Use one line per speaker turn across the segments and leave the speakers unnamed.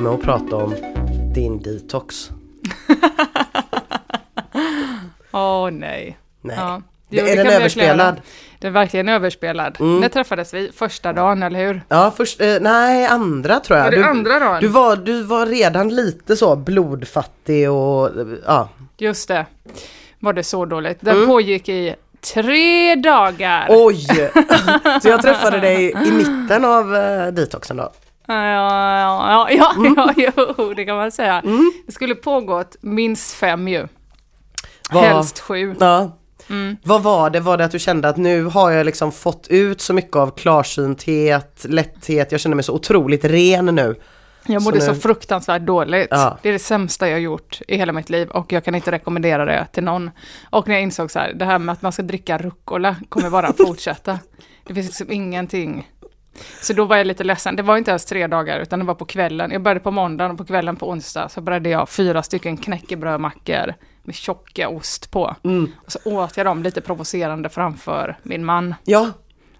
med att prata om din detox.
Åh nej.
Nej.
Ja.
Det- är
det
den
kan vi
överspelad? Mm.
verkligen göra. Det är verkligen överspelad. När träffades vi? Första dagen, eller hur?
Ja, först, eh, nej, andra tror jag.
Var det andra dagen?
Du var, du var redan lite så blodfattig och eh, ja.
Just det. Var det så dåligt? Den
Mm.
pågick i tre dagar.
Oj! så jag träffade dig i mitten av eh, detoxen då.
Ja, ja, ja, ja,
Mm.
ja, jo, det kan man säga. Det skulle pågått minst fem ju.
Vad-
Helst sju. Mm.
Ja. Vad var det? Var det att du kände att nu har jag liksom fått ut så mycket av klarsynthet, lätthet, jag känner mig så otroligt ren nu.
Jag
Så
mådde
nu-
så fruktansvärt dåligt.
Ja.
Det är det sämsta jag gjort i hela mitt liv och jag kan inte rekommendera det till någon. Och när jag insåg så här, det här med att man ska dricka rucola kommer bara fortsätta. Det finns liksom ingenting. Så då var jag lite ledsen. Det var inte ens tre dagar, utan det var på kvällen. Jag började på måndagen och på kvällen på onsdag så började jag fyra stycken knäckebrödmackor med tjocka ost på.
Mm.
Och så åt jag dem lite provocerande framför min man
Ja,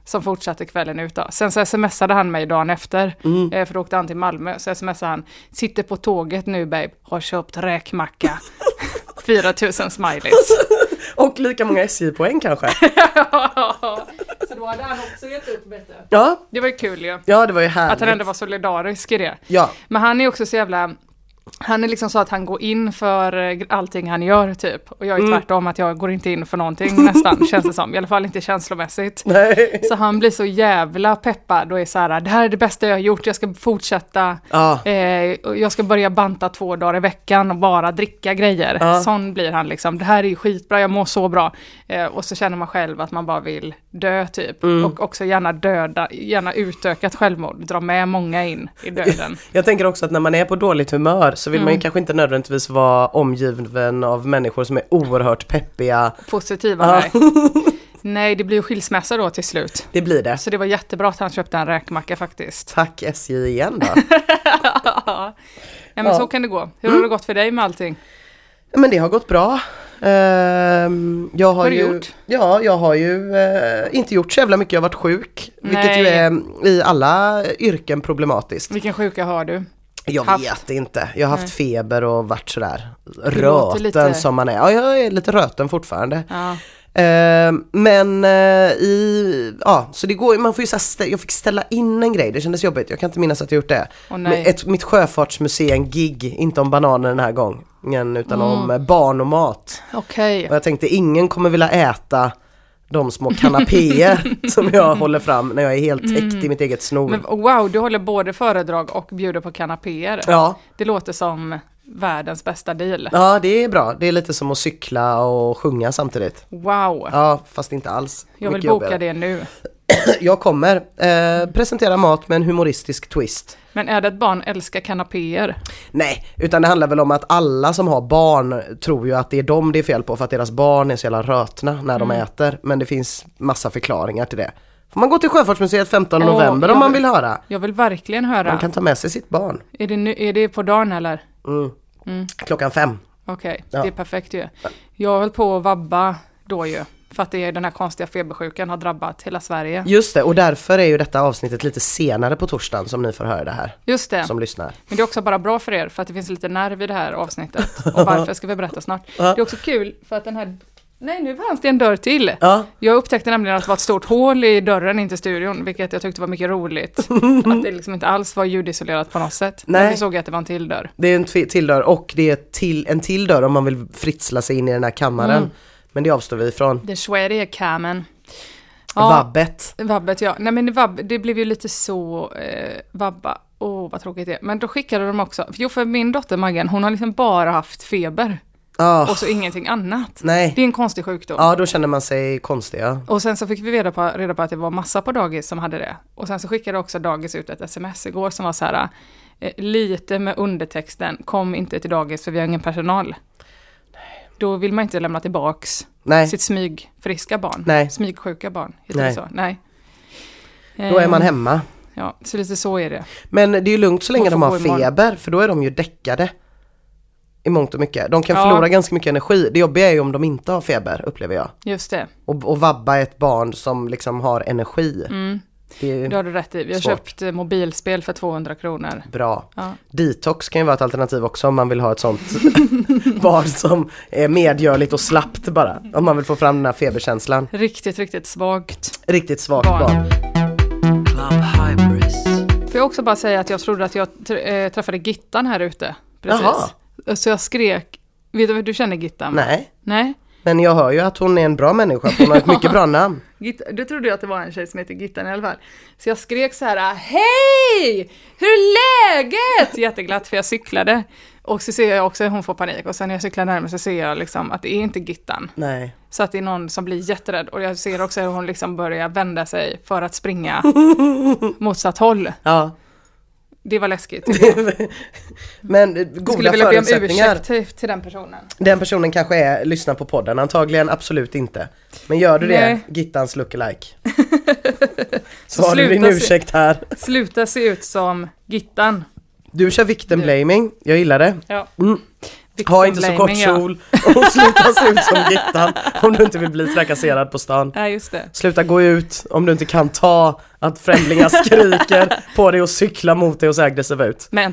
som fortsatte kvällen ut. Då. Sen så smsade han mig dagen efter,
Mm.
eh, för då åkte han till Malmö. Så smsade han, sitter på tåget nu babe, har köpt räkmacka. 4000 smileys.
och lika många SJ-poäng kanske.
så då hade han också gett upp bättre.
Ja,
Det var ju kul ju.
ja det var ju härligt.
Att han ändå var solidarisk i det.
Ja.
Men han är också så jävla... Han är liksom så att han går in för eh, allting han gör typ. Och jag
Mm.
är tvärtom att jag går inte in för någonting nästan, känns det som. I alla fall inte känslomässigt.
Nej.
Så han blir så jävla peppad och är så här, det här är det bästa jag har gjort, jag ska fortsätta.
Ja.
Eh, och jag ska börja banta två dagar i veckan och bara dricka grejer.
Ja.
Sån blir han liksom, det här är ju skitbra, jag mår så bra. Eh, och så känner man själv att man bara vill dö typ.
Mm.
Och också gärna döda, gärna utökat självmord, dra med många in i döden.
Jag tänker också att när man är på dåligt humör så vill man ju
Mm.
kanske inte nödvändigtvis vara omgiven av människor som är oerhört peppiga.
Positiva
Ja.
nej. Nej, det blir ju skilsmässa då till slut.
Det blir det.
Så det var jättebra att han köpte en räkmacka faktiskt.
Tack SJ igen då.
Ja, men
Ja. Mm.
så kan det gå. Hur har det gått för dig med allting?
Men det har gått bra. Ehm, jag har,
Vad har du
ju,
gjort?
Ja, jag har ju eh, inte gjort så jävla mycket, jag har varit sjuk. Vilket ju
Nej.
är i alla yrken problematiskt.
Vilken sjuka har du?
Jag
Haft.
vet inte, jag har haft feber och varit sådär
låter
röten
lite-
som man är. Ja, jag är lite röten fortfarande.
Ja.
Ehm, men eh, i, ja, så det går ju- man får ju så här, stä- jag fick ställa in en grej, det kändes jobbigt, jag kan inte minnas att jag gjort det.
Åh,
Men
nej.
Ett, mitt sjöfartsmuseum-gig, inte om bananer den här gången utan
Mm.
om eh, barn och mat.
Okej.
Och jag tänkte ingen kommer vilja äta de små kanapéer som jag håller fram när jag är helt täckt i mitt eget snor.
Mm. Men wow, du håller både föredrag och bjuder på kanapéer.
Ja,
Det låter som världens bästa deal.
ja, det är bra. Det är lite som att cykla och sjunga samtidigt.
Wow.
Ja, fast inte alls.
Jag vill
Mycket
boka
jobbigare.
det nu.
Jag kommer eh, presentera mat med en humoristisk twist.
Men är det ett barn älskar kanapéer?
Nej, utan det handlar väl om att alla som har barn tror ju att det är dem det är fel på för att deras barn är så jävla rötna när de
Mm.
äter. Men det finns massa förklaringar till det. Får man gå till Sjöfartsmuseet 15
Åh,
november om
jag
man
vill-
vill höra.
Jag vill verkligen höra.
Man kan ta med sig sitt barn. Mm.
Är, det nu, är det på dagen eller? Mm.
Klockan fem.
Okej,
Ja.
det är perfekt ju. Jag höll på att vabba då ju. För att det är den här konstiga febersjukan har drabbat hela Sverige.
Just det, och därför är ju detta avsnittet lite senare på torsdagen som ni får höra det här.
Just det.
Som lyssnar.
Men det är också bara bra för er, för att det finns lite nerv i det här avsnittet. Och varför ska vi berätta snart. Det är också kul för att den här... Nej, nu fanns det en dörr till.
Ja,
Jag upptäckte nämligen att det var ett stort hål i dörren in till studion, vilket jag tyckte var mycket roligt. Att det liksom inte alls var ljudisolerat på något sätt.
Nej.
Men vi såg att det var en till dörr.
det är en tvi- till dörr och det är till, en till dörr om man vill fritsla sig in i den här kammaren.
Mm.
Men det avstår vi ifrån.
Den schwediska kamen.
Vabbet.
Vabbet ja. Nej men vabb, det blev ju lite så eh, vabba. Åh oh, vad tråkigt det är. Men då skickade de också, jo för min dotter Maggan, hon har liksom bara haft feber
Ja,
och så ingenting annat.
nej.
Det är en konstig sjukdom.
Ah. Ja, då känner man sig konstig ja.
Och sen så fick vi reda på, reda på att det var massa på dagis som hade det. Och sen så skickade också dagis ut ett sms igår som var så här, eh, lite med undertexten, kom inte till dagis för vi har ingen personal. Då vill man inte lämna tillbaks
Nej,
sitt smygfriska barn.
Nej.
Smygsjuka barn, heter
Nej.
det så? Nej.
då är man
Eh,
hemma.
Ja, så lite så är det.
Men det är ju lugnt så länge de
Hon får
har
gå imorgon.
feber för då är de ju däckade. I mångt och mycket. De kan
Ja.
förlora ganska mycket energi. Det jobbiga är ju om de inte har feber upplever jag.
Just det. Mm.
Och, och vabba ett barn som liksom har energi. Det
Det har
är
du rätt i. Vi har
Svårt.
köpt eh, mobilspel för 200 kronor.
bra.
Ja.
Detox kan ju vara ett alternativ också om man vill ha ett sånt bad som är medgörligt och slappt bara. Om man vill få fram den här feberkänslan.
Riktigt, riktigt svagt.
Riktigt svagt
Barn.
bad.
Club Hybris.
Får jag också bara säga att jag trodde att jag tr- eh, träffade Gittan här ute. Precis. Så jag skrek. Vet du vad du känner Gittan?
Nej,
Nej?
men jag hör ju att hon är en bra människa för hon har ett mycket bra namn.
Gitta, du trodde ju att det var en tjej som heter Gittan i alla fall. Så jag skrek så här Hej! Hur är läget? Jätteglatt för jag cyklade. Och så ser jag också hon får panik och sen när jag cyklar närmare så ser jag liksom att det är inte Gittan.
Nej.
Så att det är någon som blir jätterädd och jag ser också hur hon liksom börjar vända sig för att springa motsatt håll.
Ja.
Det var läskigt. tycker jag.
Men eh,
Jag
goda
skulle vilja be om
förutsättningar.
ursäkt typ till, till den personen.
Den personen kanske är, lyssnar på podden, antagligen absolut inte. Men gör du
Nej.
det, Gittans lookalike. Så har du
sluta
din
se-
ursäkt här.
Sluta se ut som Gittan.
Du kör victim blaming, jag gillar det.
Ja.
Mm.
Victim
Ha inte så kort
blaming, ja.
kjol och sluta se ut som Gittan om du inte vill bli trakasserad på stan.
Ja, just det.
Sluta gå ut om du inte kan ta att främlingar skriker på dig och cyklar mot dig och ser aggressiva ut.
Med en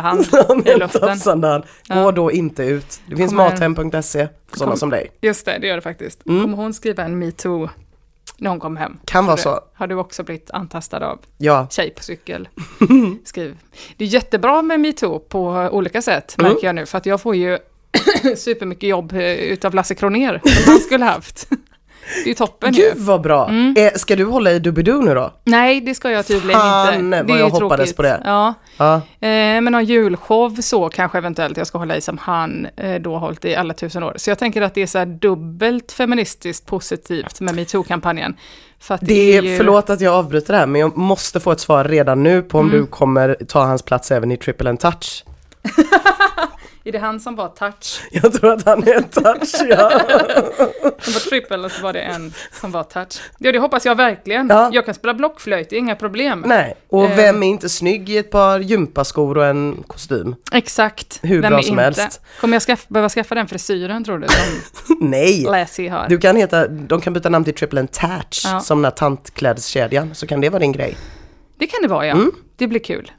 hand i
Men
luften.
tafsandan, gå
Ja.
då inte ut. Det finns
Kommer-
mathem.se E för sådana
Kom-
som dig.
Just det, det gör det faktiskt.
Mm.
Kommer hon skriva en metoo när hon kom hem?
Kan vara
Har du-
så.
Har du också blivit antastad av
Ja,
tjej på cykel? Skriv. Det är jättebra med metoo på olika sätt
Mm.
märker jag nu, för att jag får ju supermycket jobb eh, utav Lasse Kroner som han skulle haft. Det är ju toppen
Gud
ju.
vad bra!
Mm.
Eh, ska du hålla i Doobidoo nu då?
Nej, det ska jag tydligen
Fan,
inte.
vad
det är
jag
ju
hoppades
tråkigt.
på det.
Ja.
Ja.
Eh, men någon julshow så kanske eventuellt jag ska hålla i som han eh, då hållit i alla tusen år. Så jag tänker att det är så här dubbelt feministiskt positivt med metoo-kampanjen. För att det,
Det
ju...
är, förlåt att jag avbryter det här men jag måste få ett svar redan nu på om
Mm.
du kommer ta hans plats även i Triple and Touch.
Är det han som var touch?
Jag tror att han är en touch ja.
Som var trippel och så var det en som var touch. Ja, det hoppas jag verkligen.
Ja.
Jag kan spela blockflöjt, det är inga problem.
Nej, och
Eh.
vem är inte snygg i ett par gympaskor och en kostym?
Exakt.
Hur
Vem
bra
är
som
inte?
helst.
Kommer jag skaffa, behöva skaffa den frisyren tror du? Som
Nej!
Lassie har.
Du kan heta, de kan byta namn till Triple and Touch
Ja.
som den här tantklädeskedjan så kan det vara din grej.
Det kan det vara, ja.
Mm.
Det blir kul.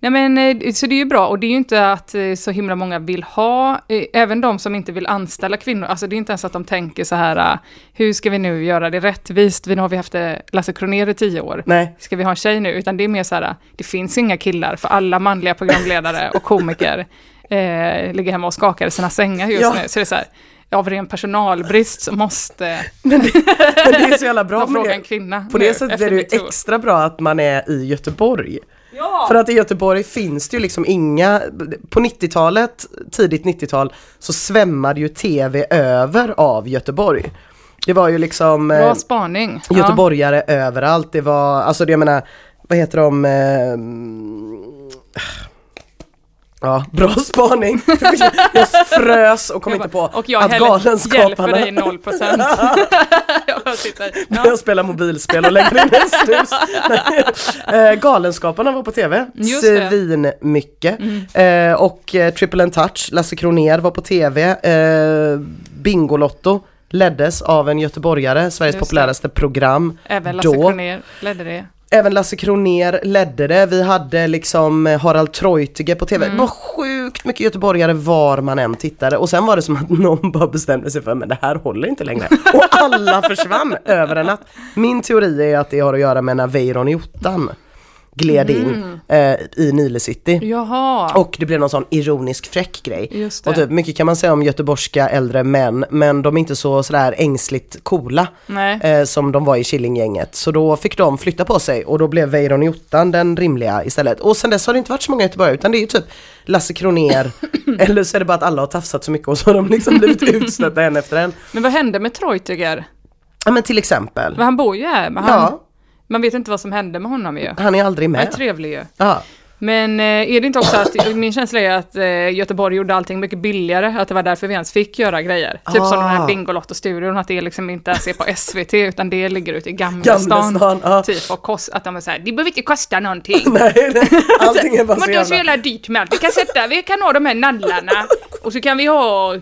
Nej, men, eh, så det är ju bra, och det är ju inte att eh, så himla många vill ha, eh, även de som inte vill anställa kvinnor, alltså det är inte ens att de tänker så här, eh, hur ska vi nu göra det rättvist, vi, nu har vi haft eh, Lasse Kronér i tio år,
Nej.
ska vi ha en tjej nu? Utan det är mer så här, eh, det finns inga killar, för alla manliga programledare och komiker eh, ligger hemma och skakar i sina sängar just
Ja.
nu. Så det är så här, av ren personalbrist så måste
Men det är så jävla bra
man
för
fråga
det.
en kvinna.
På
nu,
det sättet
efter
är det
metoo.
ju extra bra att man är i Göteborg.
Ja!
För att i Göteborg finns det ju liksom inga, på 90-talet, tidigt 90-tal, så svämmade ju tv över av Göteborg. Det var ju liksom eh,
Bra spaning. Ja.
göteborgare överallt, det var, alltså det, jag menar, vad heter de? Eh, mm, ja, bra spaning. jag frös och kom
Jag
inte på
bara, och jag
att
hjälper
Galenskaparna
dig 0 procent. jag bara sitter,
när
ja.
jag spelar mobilspel och lägger in en snus. Eh, Galenskaparna var på tv,
Just det. Mm.
svin mycket. Eh, och eh, Triple and Touch, Lasse Kronér var på tv. Eh, Bingolotto leddes av en göteborgare, Sveriges
Just det.
populäraste program.
Även Lasse
då.
Kronér ledde det.
Även Lasse Kronér ledde det, vi hade liksom eh, Harald Treutiger på tv. Det var sjukt mycket göteborgare var man än tittade och sen var det som att någon bara bestämde sig för men det här håller inte längre. Och alla försvann över en natt. Min teori är att det har att göra med när Veiron i ottan gled in eh, i Nile City.
Jaha,
Och det blev någon sån ironisk fräck grej.
Just det.
Och typ, mycket kan man säga om göteborgska äldre män, men de är inte så sådär ängsligt coola
nej.
eh, som de var i Killinggänget. Så då fick de flytta på sig och då blev Weiron i ottan den rimliga istället. Och sen dess har det inte varit så många i Göteborg utan det är ju typ Lasse Kronér eller så är det bara att alla har tafsat så mycket och så har de liksom blivit utstötta en efter en.
Men vad hände med Treutiger?
Ja men till exempel.
Men Han bor ju här, men han,
Ja,
man vet inte vad som hände med honom ju.
han är aldrig
Han är
med.
trevlig ju.
Ja.
Men eh, är det inte också att, min känsla är att eh, Göteborg gjorde allting mycket billigare, att det var därför vi ens fick göra grejer. Typ som
Ah.
den här Bingolotto-studion, att det liksom inte ens är på SVT, utan det ligger ute i Gamlestan.
Gamlestan, ja.
Typ, och kost, att de är såhär, det behöver inte kosta någonting.
Nej, nej, allting är bara så
Men det är så
jävla...
jävla dyrt med allt. Vi kan sätta, vi kan ha de här nallarna och så kan vi ha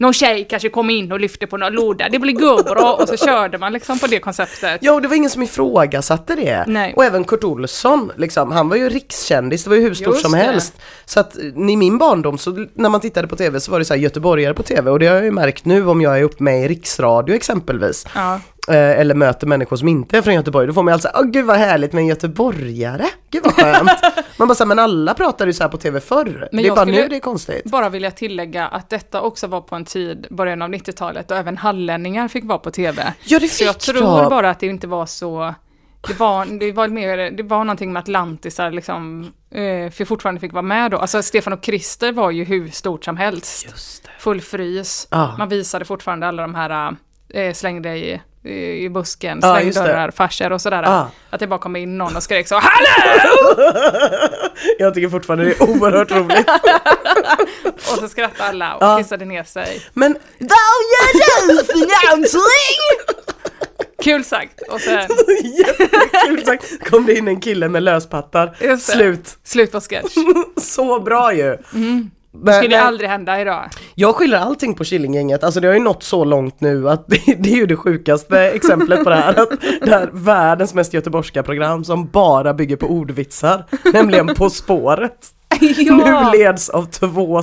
någon tjej kanske kom in och lyfte på någon låda, det blir bra och så körde man liksom på det konceptet.
Ja och det var ingen som ifrågasatte det.
Nej.
Och även Kurt Olsson, liksom, han var ju rikskändis, det var ju hur stort
Just
som
det.
helst. Så att eh, i min barndom, så l- när man tittade på tv så var det så här göteborgare på tv och det har jag ju märkt nu om jag är uppe med i riksradio exempelvis.
Ja.
Eh, eller möter människor som inte är från Göteborg, då får man ju alltså, åh gud vad härligt med en göteborgare, gud vad skönt. man bara så här, men alla pratade ju så här på tv förr,
Men
det är
jag
bara
skulle-
nu det är konstigt.
Bara vill jag tillägga att detta också var på en tid, början av 90-talet, då även hallänningar fick vara på tv.
Ja det
Så jag
fick
tror
jag.
bara att det inte var så... Det var, det var, mer, det var någonting med atlantisar liksom, eh, för fortfarande fick vara med då. Alltså Stefan och Krister var ju hur stort som helst.
Just det.
Full frys.
Ja.
Man visade fortfarande alla de här, eh, släng dig i, i, i busken,
Ja,
släng
just det.
dörrar, farser och sådär.
Ja.
Att det bara kom in någon och skrek så, hallå!
Jag tycker fortfarande det är oerhört roligt.
Och så skrattade alla och
Ja.
kissade ner sig.
Men vad gör du för någonting?
Kul sagt! Och sen,
Jättekul sagt. Kom det in en kille med löspattar.
Just det.
Slut.
slut på sketch.
Så bra ju. Men,
Det skulle
men-
aldrig hända idag.
Jag skyller allting på Killinggänget, alltså det har ju nått så långt nu att det, det är ju det sjukaste exemplet på det här. Att det här världens mest göteborgska program som bara bygger på ordvitsar, nämligen På spåret.
Ja.
Nu leds av två stockholmare,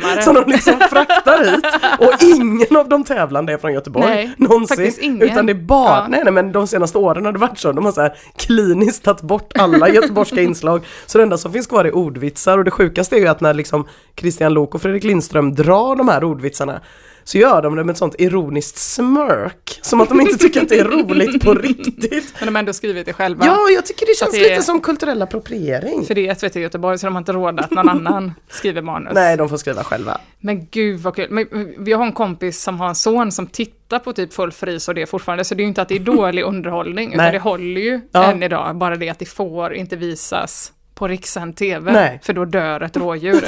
Stockholmare.
som de liksom fraktar hit och ingen av de tävlande är från Göteborg
Nej,
någonsin.
faktiskt ingen.
Utan det är bara,
Ja.
nej nej men de senaste åren har det varit så, de har så här kliniskt tagit bort alla göteborgska inslag. Så det enda som finns kvar är ordvitsar och det sjukaste är ju att när liksom Christian Lok och Fredrik Lindström drar de här ordvitsarna så gör de det med ett sånt ironiskt smörk, som att de inte tycker att det är roligt på riktigt.
Men de har ändå skrivit det själva.
Ja, jag tycker det känns
det är-
lite som kulturell appropriering.
För det är SVT i Göteborg så de har inte råd att någon annan skriver manus.
Nej, de får skriva själva.
Men gud vad kul. Men, men, jag har en kompis som har en son som tittar på typ full fris och det fortfarande. Så det är ju inte att det är dålig underhållning utan
Nej.
det håller ju
Ja.
än idag. Bara det att det får inte visas på rikssänd TV.
Nej.
För då dör ett rådjur.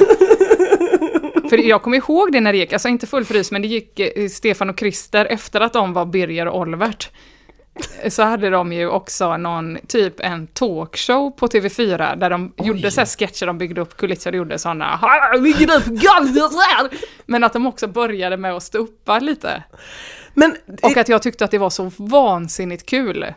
För jag kommer ihåg det när det gick, alltså inte full frys, men det gick eh, Stefan och Christer efter att de var Birger och Olvert. eh, Så hade de ju också någon, typ en talkshow på TV4 där de gjorde så här sketcher, de byggde upp kulisser och gjorde sådana ligger upp golvet här! Men att de också började med att stå uppa lite.
Men
Och att jag tyckte att det var så vansinnigt kul.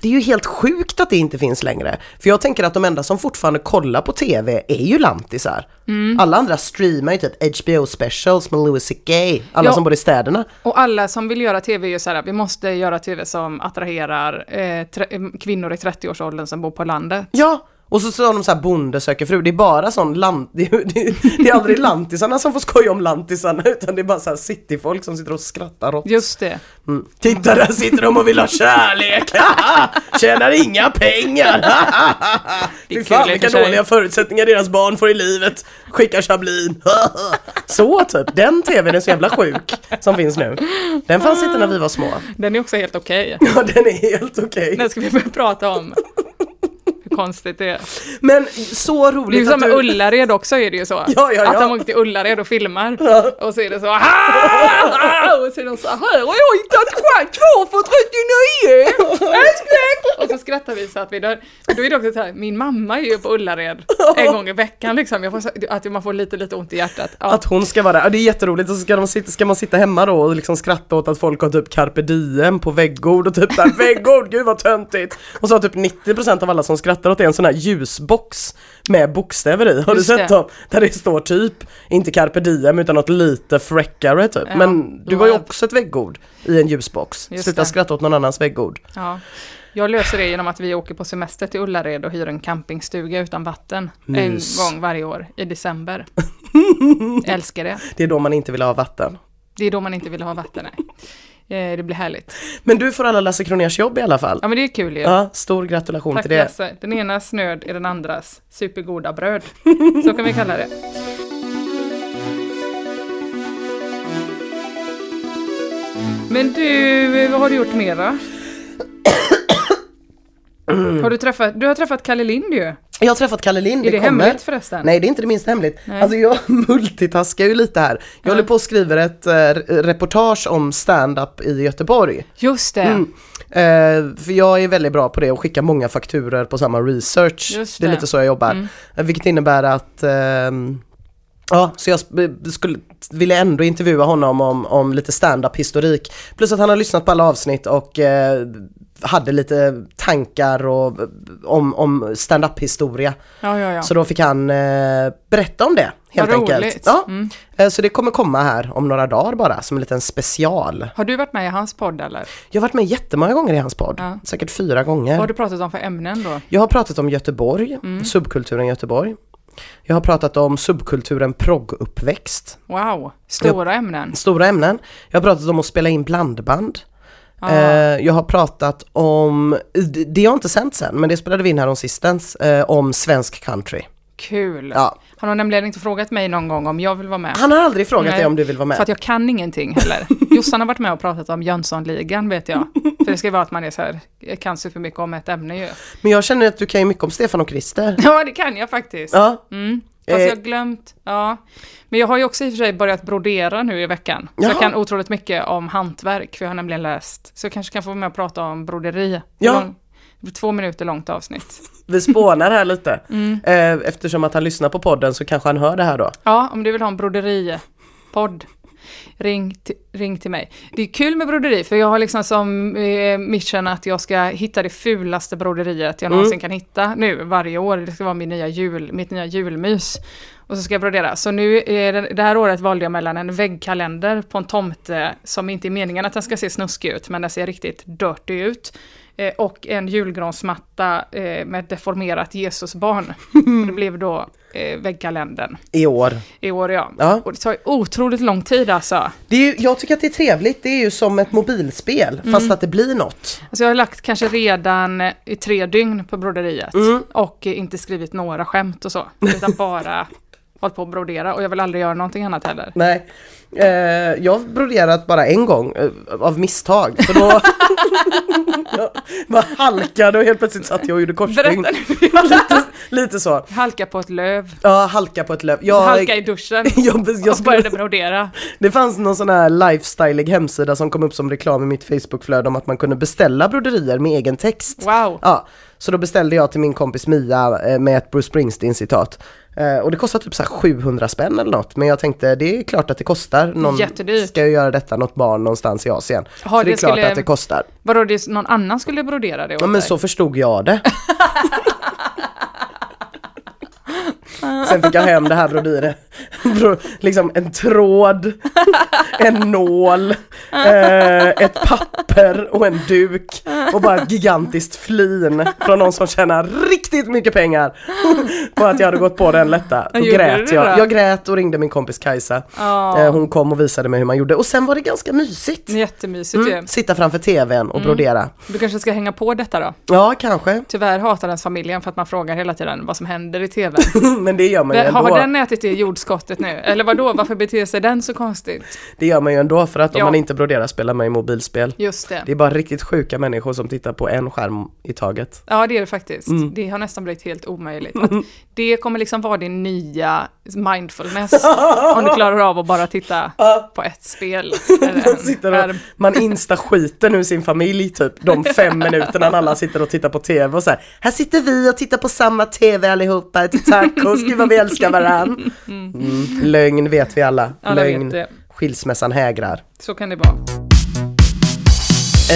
Det är ju helt sjukt att det inte finns längre. För jag tänker att de enda som fortfarande kollar på TV är ju lantisar.
Mm.
Alla andra streamar ju typ HBO specials med Louis CK, alla
Ja.
som bor i städerna.
Och alla som vill göra TV är ju så här, vi måste göra TV som attraherar eh, tre- eh, kvinnor i 30-årsåldern som bor på landet.
Ja, och så sa de så här bonde söker fru, det är bara sån lant... Det är, det är, det är aldrig lantisarna som får skoja om lantisarna utan det är bara så här cityfolk som sitter och skrattar åt.
Just det.
Mm. Titta där sitter de och vill ha kärlek! Tjänar inga pengar!
är
Fy
kul
fan
i och
vilka
för sig.
dåliga förutsättningar deras barn får i livet! Skickar Chablin! Så typ, den tvn är så jävla sjuk som finns nu. Den fanns inte när vi var små.
Den är också helt okej.
Ja den är helt okej.
Den ska vi börja prata om. Hur konstigt det är.
Men så
Det är ju
roligt
som
att
med
du...
Ullared också är det ju så.
ja, ja.
Att de åker till Ullared och filmar. Och så är det så "Ah!" Och så är de så här, här har jag hittat schack kvar för 39! Älskling! Och så skrattar vi så att vi dör. Men då är det också så här, min mamma är ju på Ullared en gång i veckan liksom. Jag får så, att man får lite, lite ont i hjärtat. Ja.
Att hon ska vara där, ja, det är jätteroligt och så ska, de sitta, ska man sitta hemma då och liksom skratta åt att folk har typ carpe diem på väggord och typ där väggord, gud vad töntigt! Och så har typ 90% av alla som skrattar åt det en sån här ljusbox med bokstäver i, har
Just
du sett
det.
dem? Där det står typ, inte carpe diem utan något lite fräckare typ.
Ja,
Men du
då
har ju
är-
också ett väggord i en ljusbox.
Just
Sluta
det.
skratta åt någon annans väggord.
Ja. Jag löser det genom att vi åker på semester till Ullared och hyr en campingstuga utan vatten.
Mys.
En gång varje år i december. Älskar det.
Det är då man inte vill ha vatten.
Det är då man inte vill ha vatten, nej. Eh, Det blir härligt.
Men du får alla Lasse Kroners jobb i alla fall.
Ja men det är kul ju.
Ja, stor gratulation
Tack
till det.
Lasse. Den enas nöd är den andras supergoda bröd. Så kan vi kalla det. Men du, vad har du gjort mera? Har du träffat, du har träffat Kalle Lind ju.
Jag har träffat Kalle Lind,
Är det
kommer.
hemligt förresten?
Nej det är inte det minsta hemligt.
Nej.
Alltså jag multitaskar ju lite här. Jag håller på och skriver ett eh, reportage om stand-up i Göteborg.
Just det.
Mm. Eh, för jag är väldigt bra på det och skicka många fakturer på samma research.
Just
Det är
det.
lite så jag jobbar.
Mm.
Eh, Vilket innebär att ehm, Ja, så jag sp- skulle, ville ändå intervjua honom om, om lite stand-up historik. Plus att han har lyssnat på alla avsnitt och eh, hade lite tankar och, eh, om, om stand-up historia.
Ja, ja, ja.
Så då fick han eh, berätta om det helt
Vad
enkelt.
roligt.
Ja.
Mm.
Eh, Så det kommer komma här om några dagar bara som en liten special.
Har du varit med i hans podd eller?
Jag har varit med jättemånga gånger i hans podd,
Ja.
säkert fyra
Vad har
gånger.
du Mm. pratat om för ämnen då?
Jag har pratat om Göteborg, subkulturen Göteborg. Jag har pratat om subkulturen progguppväxt.
Wow, stora ämnen.
stora ämnen. Jag har pratat om att spela in blandband.
Ah.
Eh, jag har pratat om, det- det har inte sänt sen, men det spelade vi in häromsistens, eh, om svensk country.
Kul.
Ja.
Han har nämligen inte frågat mig någon gång om jag vill vara med.
Han har aldrig frågat
Nej.
dig om du vill vara med.
För att jag kan ingenting heller. Jossan har varit med och pratat om Jönssonligan vet jag. För det ska ju vara att man är så här, jag kan supermycket om ett ämne ju.
Men jag känner att du kan ju mycket om Stefan och Christer.
Ja, det kan jag faktiskt.
Ja,
Mm. Fast jag
Eh.
har glömt, ja. Men jag har ju också i och för sig börjat brodera nu i veckan. Så
Jaha.
jag kan otroligt mycket om hantverk, för jag har nämligen läst. Så jag kanske kan få vara med och prata om broderi.
Ja.
Lång, två minuter långt avsnitt.
vi spånar här lite. Eh, eftersom att han lyssnar på podden så kanske han hör det här då.
Ja, om du vill ha en broderipodd. Ring, ti- ring till mig. Det är kul med broderi, för jag har liksom som eh, mission att jag ska hitta det fulaste broderiet jag någonsin kan hitta nu varje år. Det ska vara min nya jul, mitt nya julmys. Och så ska jag brodera. Så nu, eh, det- det här året valde jag mellan en väggkalender på en tomte som inte är meningen att den ska se snuskig ut, men den ser riktigt dirty ut. Eh, Och en julgransmatta eh, med ett deformerat Jesusbarn. Och det blev då eh, väggkalendern.
I år.
I år ja.
Ja.
Och det tar ju otroligt lång tid alltså.
Det är ju, jag tycker att det är trevligt, det är ju som ett mobilspel fast att det blir något.
alltså. Jag har lagt kanske redan eh, i tre dygn på broderiet
Mm.
och eh, inte skrivit några skämt och så. Utan bara hållit på att brodera och jag vill aldrig göra någonting annat heller.
Nej, eh, jag har broderat bara en gång eh, av misstag. För då jag bara halkade och helt plötsligt satt jag och gjorde korsstygn.
Berätta nu.
lite, lite så.
Halka på ett löv,
Ja, halka på ett löv. Jag,
halka i duschen
jag, jag
och
skulle,
började brodera.
det fanns någon sån här lifestyleig hemsida som kom upp som reklam i mitt Facebookflöde om att man kunde beställa broderier med egen text.
Wow.
Ja, så då beställde jag till min kompis Mia eh, med ett Bruce Springsteen citat. Eh, Och det kostade typ så här 700 spänn eller något. Men jag tänkte det är klart att det kostar. Någon
Jättedyrt.
ska ju göra detta något barn någonstans i Asien.
Jaha,
så det är
det
klart
skulle-
att det kostar.
Vadå, det, någon annan skulle brodera det åt
Ja men
dig?
så förstod jag det. Sen fick jag hem det här broderiet. Bro- Liksom en tråd, en nål, eh, ett papper och en duk. Och bara ett gigantiskt flin från någon som tjänar riktigt mycket pengar. På att jag hade gått på den lätta. Då
Gjorde
grät
du
jag.
det?
Jag grät och ringde min kompis Kajsa.
Ja.
Eh, Hon kom och visade mig hur man gjorde. Och sen var det ganska mysigt.
Jättemysigt ju.
Mm, Sitta framför tvn
Mm.
och brodera.
Du kanske ska hänga på detta då?
Ja, kanske.
Tyvärr hatar ens familjen för att man frågar hela tiden vad som händer i tv.
Men det gör man ju
Men,
ändå.
har den ätit det jordskottet nu? Eller vad då? varför beter sig den så konstigt?
Det gör man ju ändå för att om
Ja.
man inte broderar spelar man ju mobilspel.
Just det.
Det är bara riktigt sjuka människor som tittar på en skärm i taget.
Ja, det är det faktiskt.
Mm.
Det har nästan blivit helt omöjligt. Att det kommer liksom vara din nya mindfulness om du klarar av att bara titta på ett spel. Eller
Man,
en
sitter och,
skärm.
man instaskiter nu sin familj typ de fem minuterna när alla sitter och tittar på tv och så här. Här sitter vi och tittar på samma tv allihopa, äter tacos, gud vad vi älskar varann. Mm. Lögn vet vi alla.
Alla vet
Lögn.
det.
Skilsmässan hägrar.
Så kan det vara.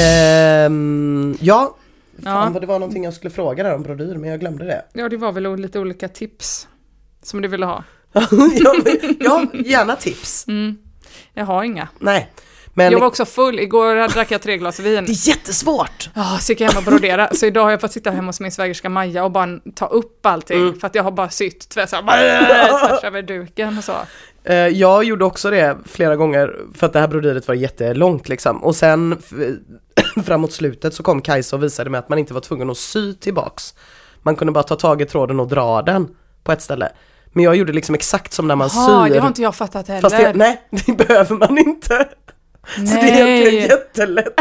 Ehm, ja, Fan,
Ja.
vad det var någonting jag skulle fråga där om brodyr men jag glömde det.
ja, det var väl lite olika tips som du ville ha.
ja, men- ja, gärna tips.
Jag har inga.
Nej. Men
Mm. Jag var också full, igår drack jag tre glas vin.
Det är jättesvårt!
Ja, så gick jag hem och brodera. Så idag har jag fått sitta hemma hos min svägerska Maja och bara ta upp allting.
Mm.
För att jag har bara sytt tvärs tvärs över duken och så.
Eh, Jag gjorde också det flera gånger för att det här broderiet var jättelångt liksom. Och sen f- framåt slutet så kom Kajsa och visade mig att man inte var tvungen att sy tillbaks. Man kunde bara ta tag i tråden och dra den på ett ställe. Men jag gjorde liksom exakt som när man
Ja,
syr.
det har inte jag fattat heller.
Fast det, nej, det behöver man inte. Så det är egentligen jättelätt.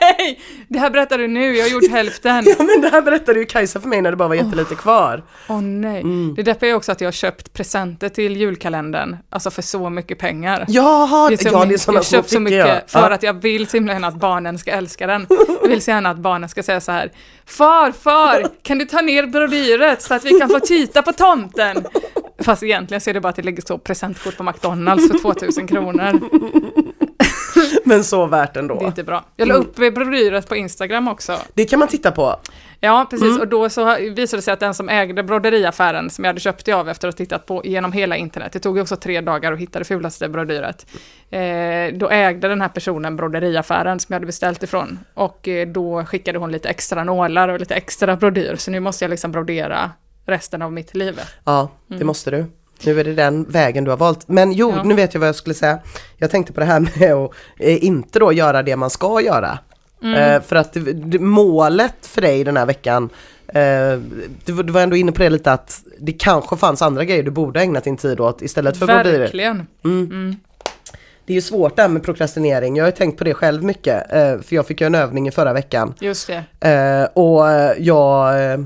Nej, det här berättar du nu, jag har gjort hälften.
Ja men det här berättade ju Kajsa för mig när det bara var jättelite kvar.
Åh nej.
Mm.
Det deppiga är också att jag har köpt presenter till julkalendern, alltså för så mycket pengar.
Jaha,
Det är så
ja det är
mycket-
sådana
jag
små
köpt så
fickor
mycket
ja.
för
Ja.
att jag vill så himla gärna att barnen ska älska den. Jag vill så gärna att barnen ska säga så här. Far, far, kan du ta ner brodyret så att vi kan få titta på tomten? Fast egentligen så är det bara att det ligger så presentkort på McDonalds för 2000 kronor.
Men så värt ändå.
Det är inte bra. Jag la
Mm.
upp broderiet på Instagram också.
Det kan man titta på.
Ja, precis.
Mm.
Och då så har- visade det sig att den som ägde broderiaffären som jag hade köpt det av efter att ha tittat på genom hela internet, det tog ju också tre dagar att hitta det fulaste broderiet. Eh, då ägde den här personen broderiaffären som jag hade beställt ifrån. Och eh, då skickade hon lite extra nålar och lite extra brodyr, så nu måste jag liksom brodera resten av mitt liv.
Ja, det måste du. Nu är det den vägen du har valt. Men jo,
Mm. Ja.
nu vet jag vad jag skulle säga. Jag tänkte på det här med att eh, inte då göra det man ska göra.
Mm.
Eh, för att det- det- målet för dig den här veckan, eh, du, var- du var ändå inne på det lite att det kanske fanns andra grejer du borde ha ägnat din tid åt istället för Mm. broderier.
Verkligen.
Det är ju svårt det här med prokrastinering, jag har ju tänkt på det själv mycket. Eh, för jag fick ju en övning i förra veckan.
Just det.
Eh, och eh, jag eh,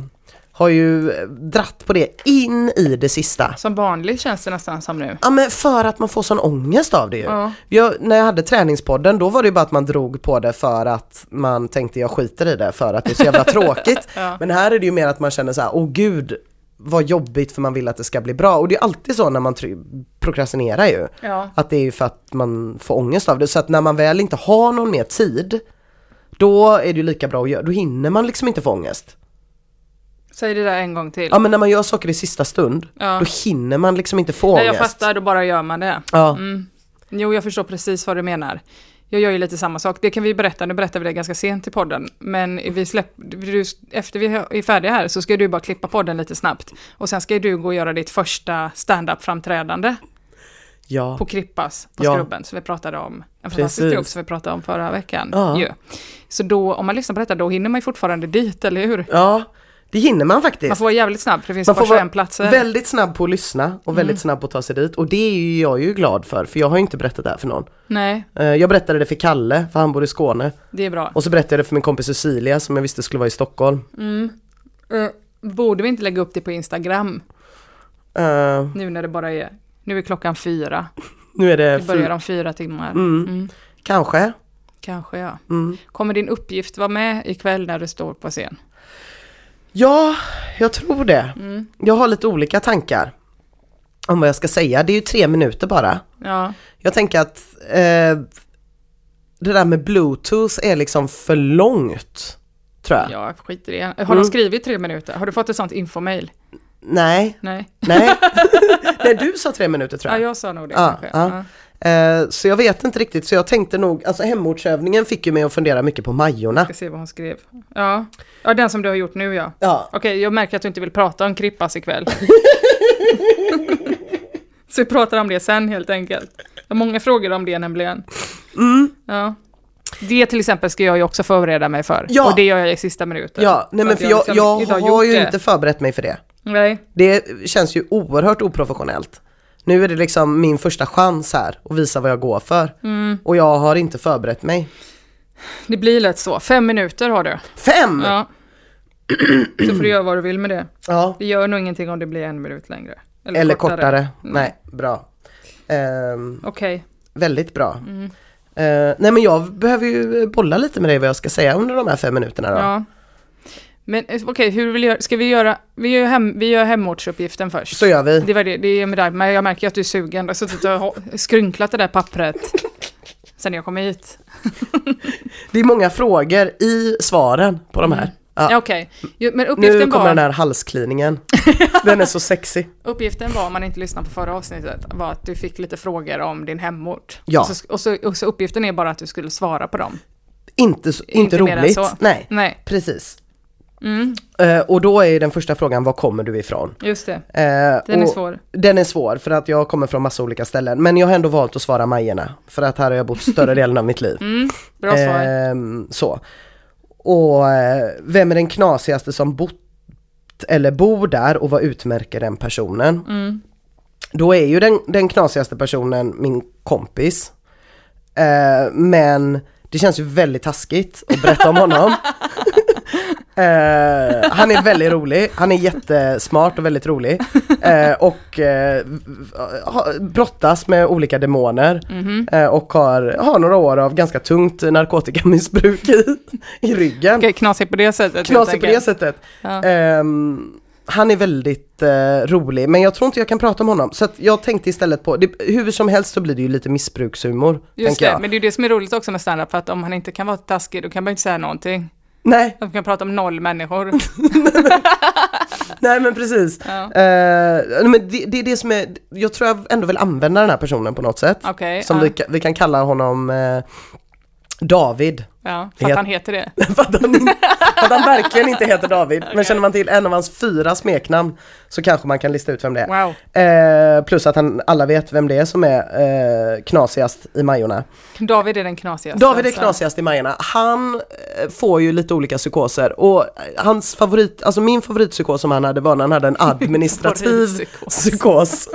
har ju eh, dratt på det in i det sista.
Som vanligt känns det nästan som nu.
Ja men för att man får sån ångest av det ju.
Ja.
Jag, när jag hade träningspodden då var det ju bara att man drog på det för att man tänkte jag skiter i det för att det är så jävla tråkigt.
Ja.
Men här är det ju mer att man känner så här, åh gud vad jobbigt för man vill att det ska bli bra. Och det är alltid så när man try- prokrastinerar ju.
Ja.
Att det är ju för att man får ångest av det. Så att när man väl inte har någon mer tid, då är det ju lika bra att göra, då hinner man liksom inte få ångest.
Säg det där en gång till.
Ja men när man gör saker i sista stund,
Ja.
då hinner man liksom inte få
Nej,
ångest.
jag fattar, då bara gör man det.
Ja.
Mm. Jo, jag förstår precis vad du menar. Jag gör ju lite samma sak. Det kan vi berätta, nu berättar vi det ganska sent i podden. Men vi släpp, du, efter vi är färdiga här så ska du bara klippa podden lite snabbt. Och sen ska du gå och göra ditt första stand-up-framträdande
Ja.
på Krippas, på
Ja.
Skrubben, som vi pratade om. En fantastisk
Precis.
grupp som vi pratade om förra veckan.
Ja.
ju. Så då, om man lyssnar på detta, då hinner man ju fortfarande dit, eller hur?
Ja, det hinner man faktiskt.
Man får vara jävligt snabb, för det finns
Man
bara
vara
21 platser.
väldigt snabb på att lyssna och väldigt
Mm.
snabb på att ta sig dit. Och det är ju jag ju glad för, för jag har ju inte berättat det här för någon.
Nej,
Eh, Jag berättade det för Kalle, för han bor i Skåne.
det är bra.
Och så berättade jag det för min kompis Cecilia som jag visste skulle vara i Stockholm.
Mm. Eh, Borde vi inte lägga upp det på Instagram?
Eh,
Nu när det bara är, nu är klockan fyra.
nu är det,
Det börjar
fy-
om fyra timmar. Mm,
kanske.
kanske ja.
Mm.
Kommer din uppgift vara med ikväll när du står på scen?
Ja, jag tror det.
Mm.
Jag har lite olika tankar om vad jag ska säga. Det är ju tre minuter bara.
Ja,
Jag tänker att eh, det där med bluetooth är liksom för långt. Tror jag.
jag skiter i det. Har
Mm.
de skrivit tre minuter? Har du fått ett sånt infomail?
Nej,
Nej.
Nej. Nej, du sa tre minuter tror
Ja,
jag.
jag sa nog det
Ja,
kanske.
ja.
Ja.
Eh, så jag vet inte riktigt, så jag tänkte nog, alltså hemortsövningen fick ju mig att fundera mycket på Majorna.
Ska se vad hon skrev. Ja, ja den som du har gjort nu ja.
Ja,
Okej, jag märker att du inte vill prata om Krippas ikväll. Så vi pratar om det sen helt enkelt. Jag har många frågor om det nämligen.
Mm.
Ja. Det till exempel ska jag ju också förbereda mig för.
Ja.
Och det gör jag i sista minuten.
ja nej
Så
men
att
för jag,
liksom
jag
inte
har
gjort
ju
det.
inte förberett mig för det.
Nej,
Det känns ju oerhört oprofessionellt. Nu är det liksom min första chans här att visa vad jag går för.
Mm.
Och jag har inte förberett mig.
det blir lätt så. Fem minuter har du.
Fem! Ja.
Ja. Så får du göra vad du vill med det. Det gör nog ingenting om det blir en minut längre. Mm.
Eller kortare. Nej, bra. Ehm,
Okej.
väldigt bra.
Mm.
Eh, nej men jag behöver ju bolla lite med dig vad jag ska säga under de här fem minuterna då.
Ja. Men eh, okej, hur vill jag, ska vi göra, vi gör, hem, vi gör hemortsuppgiften först.
Så gör vi.
Det var det, det är med dig, men jag märker ju att du är sugen. Du har suttit och ho- skrynklat det där pappret sen jag kom hit.
Det är många frågor i svaren på de här.
Mm. Ja.
Ja.
Okej, Jo, men
Nu
uppgiften
kommer
var,
den här halskliningen. Den är så sexy.
uppgiften var, om man inte lyssnade på förra avsnittet, var att du fick lite frågor om din hemort.
Ja.
Och, så, och, så, och så uppgiften är bara att du skulle svara på dem.
Inte, så- inte,
Inte mer än
roligt.
så.
Nej,
Nej,
precis.
mm,
Eh, och då är ju den första frågan, var kommer du ifrån?
just det.
Eh,
Den är
och
svår.
Den är svår för att jag kommer från massa olika ställen. Men jag har ändå valt att svara Majerna. För att här har jag bott större delen av mitt liv.
Mm, bra svar.
Ehm, så. Och eh, vem är den knasigaste som bott eller bor där och vad utmärker den personen? Då är ju den, den knasigaste personen min kompis. Eh, men det känns ju väldigt taskigt att berätta om honom. Eh, han är väldigt rolig, han är jättesmart och väldigt rolig. Eh, och eh, ha- brottas med olika demoner. Eh, och har, har några år av ganska tungt narkotikamissbruk i, i ryggen.
Okej, knasigt på det sättet. helt
Knasig på det
enkelt.
sättet.
Typ Ja.
Ehm, Han är väldigt eh, rolig, men jag tror inte jag kan prata om honom. Så att jag tänkte istället på, det, hur som helst så blir det ju lite missbrukshumor.
Just
tänker
det,
jag.
men det är ju det som är roligt också med standup, för att om han inte kan vara taskig, då kan man ju inte säga någonting.
Nej,
Man kan prata om noll människor.
nej men precis.
Ja.
Eh, nej, men det, det är det som är, jag tror jag ändå vill använda den här personen på något sätt.
Okej,
Som
ja.
vi, ka- vi kan kalla honom eh, David.
Ja, för att
Het-
han heter det.
för, att han, in- för att han verkligen inte heter David. Men känner man till en av hans fyra smeknamn så kanske man kan lista ut vem det är.
Wow.
Eh, plus att han, alla vet vem det är som är eh, knasigast i Majorna.
David är den knasigaste. alltså.
David är
så-
knasigast i Majorna. Han eh, får ju lite olika psykoser och eh, hans favorit, alltså min favoritpsykos som han hade var när han hade en administrativ
Favoritpsykos.
psykos.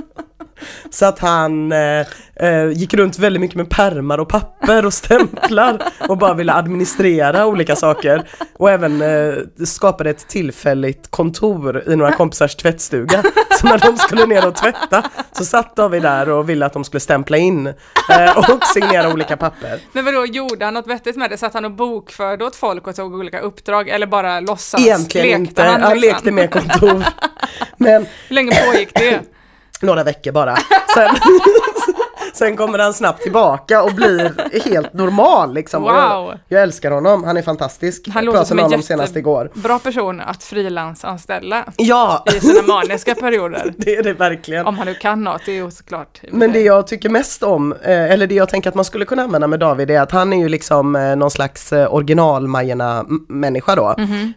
Så att han eh, eh, gick runt väldigt mycket med pärmar och papper och stämplar och bara ville administrera olika saker. Och även eh, skapade ett tillfälligt kontor i några kompisars tvättstuga. Så när de skulle ner och tvätta så satt David där och ville att de skulle stämpla in eh, och signera olika papper.
Men vadå, gjorde han något vettigt med det? Satt han och bokförde åt folk och tog olika uppdrag eller bara låtsas?
Egentligen
lekte
inte,
Han,
han,
liksom?
lekte med kontor. Men
Hur länge pågick det?
några veckor bara. Sen, sen kommer han snabbt tillbaka och blir helt normal liksom. Och
Wow.
Jag, jag älskar honom, han är fantastisk.
Han
jag
låter
pratade
som
med
en
honom senast igår.
jättebra person att frilansanställa
Ja,
i sina maniska perioder.
det är det verkligen.
Om han nu kan något, det är ju såklart.
Men det jag tycker mest om, eh, eller det jag tänker att man skulle kunna använda med David är att han är ju liksom eh, någon slags eh, originalmajerna m- människa då.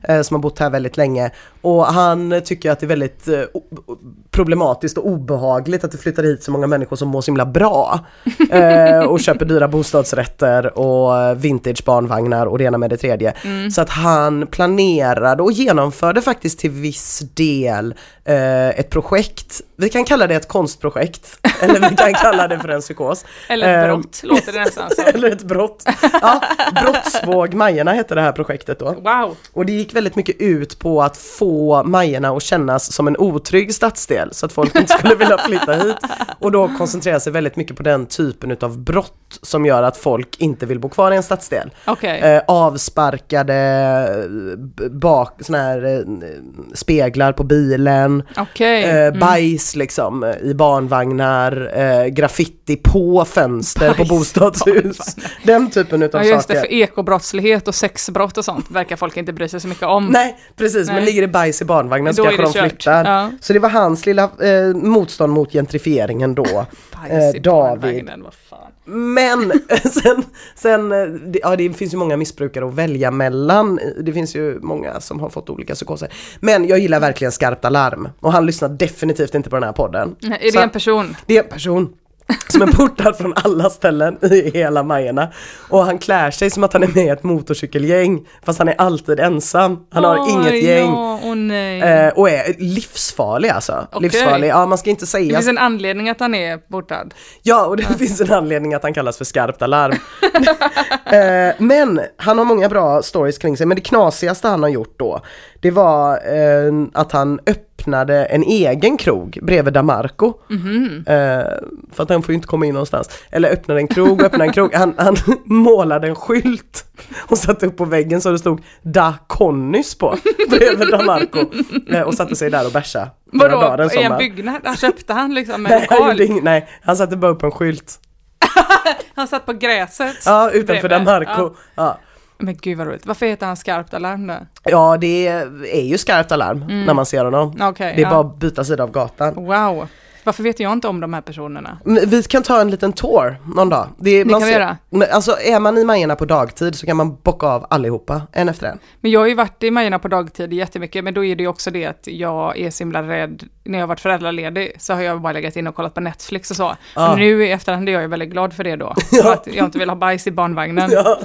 eh, Som har bott här väldigt länge. Och han eh, tycker att det är väldigt eh, o- o- problematiskt och obehagligt att det flyttar hit så många människor som mår så himla bra. Eh, Och köper dyra bostadsrätter och eh, vintage barnvagnar och det ena med det tredje. Så att han planerade och genomförde faktiskt till viss del eh, ett projekt. Vi kan kalla det ett konstprojekt. Eller vi kan kalla det för en psykos.
Eller
Eh,
brott, Alltså. låter det nästan som.
Eller ett brott. Ja, Brottsvåg Majerna hette det här projektet då.
Wow,
Och det gick väldigt mycket ut på att få Majerna att kännas som en otrygg stadsdel så att folk inte skulle vilja flytta hit. Och då koncentrera sig väldigt mycket på den typen utav brott som gör att folk inte vill bo kvar i en stadsdel.
okej.
Eh, avsparkade eh, b- bak, såna här eh, speglar på bilen,
Okej. Mm.
eh, bajs liksom eh, i barnvagnar, eh, graffiti på fönster på
Bajs i
bostadshus. Den typen utav
Ja just
saker.
det, för ekobrottslighet och sexbrott och sånt verkar folk inte bry sig så mycket om.
Nej precis,
Nej.
men ligger det bajs i barnvagnen så
Då är
kanske de
det kört.
flyttar.
Ja.
Så det var hans lilla eh, motstånd mot gentrifieringen då.
Bajs i
Eh, David.
barnvagnen, vad fan.
Men sen, sen eh, det, ja, det finns ju många missbrukare att välja mellan. Det finns ju många som har fått olika psykoser. Men jag gillar verkligen skarpt alarm och han lyssnar definitivt inte på den här podden.
Nej, Är
Så
det en
att-
person?
det är en person som är portad från alla ställen i hela Majorna. Och han klär sig som att han är med i ett motorcykelgäng. Fast han är alltid ensam. Han har
Oj,
inget gäng.
Ja, åh nej.
Eh, och är livsfarlig alltså.
Okej.
Livsfarlig, ja man ska inte
det
säga.
finns en anledning att han är portad.
Ja och det finns en anledning att han kallas för skarpt alarm. eh, men han har många bra stories kring sig, men det knasigaste han har gjort då, det var eh, att han öppnade en egen krog bredvid Damarco.
Mhm.
Eh, för att han får ju inte komma in någonstans. Eller öppnade en krog, öppnade en krog. Han, han målade en skylt och satte upp på väggen så det stod Da Connys på bredvid Damarco. Eh, och satte sig där och bärsa. några dagar
Vadå, i en
sommar.
byggnad? Han köpte han liksom en
Nej, han
lokal?
gjorde ing- nej, han satte bara upp en skylt.
Han satt på gräset.
Ja, utanför
bredvid.
Damarco.
Ja.
Ja.
Men gud vad roligt. Varför heter han Skarpt Alarm då?
ja, det är ju skarpt alarm när man ser honom.
Mm. Okej,
det är
ja.
bara att byta sida av gatan.
Wow. Varför vet jag inte om de här personerna?
Men Vi kan ta en liten tour någon dag. Det är,
Det kan vi göra.
Men alltså är man i Majerna på dagtid så kan man bocka av allihopa, en efter en.
Men jag har ju varit i Majorna på dagtid jättemycket, men då är det ju också det att jag är så himla rädd. När jag har varit föräldraledig så har jag bara legat in och kollat på Netflix och så.
Ja.
Men nu i efterhand är jag ju väldigt glad för det då. För att jag inte vill ha bajs i barnvagnen.
Ja.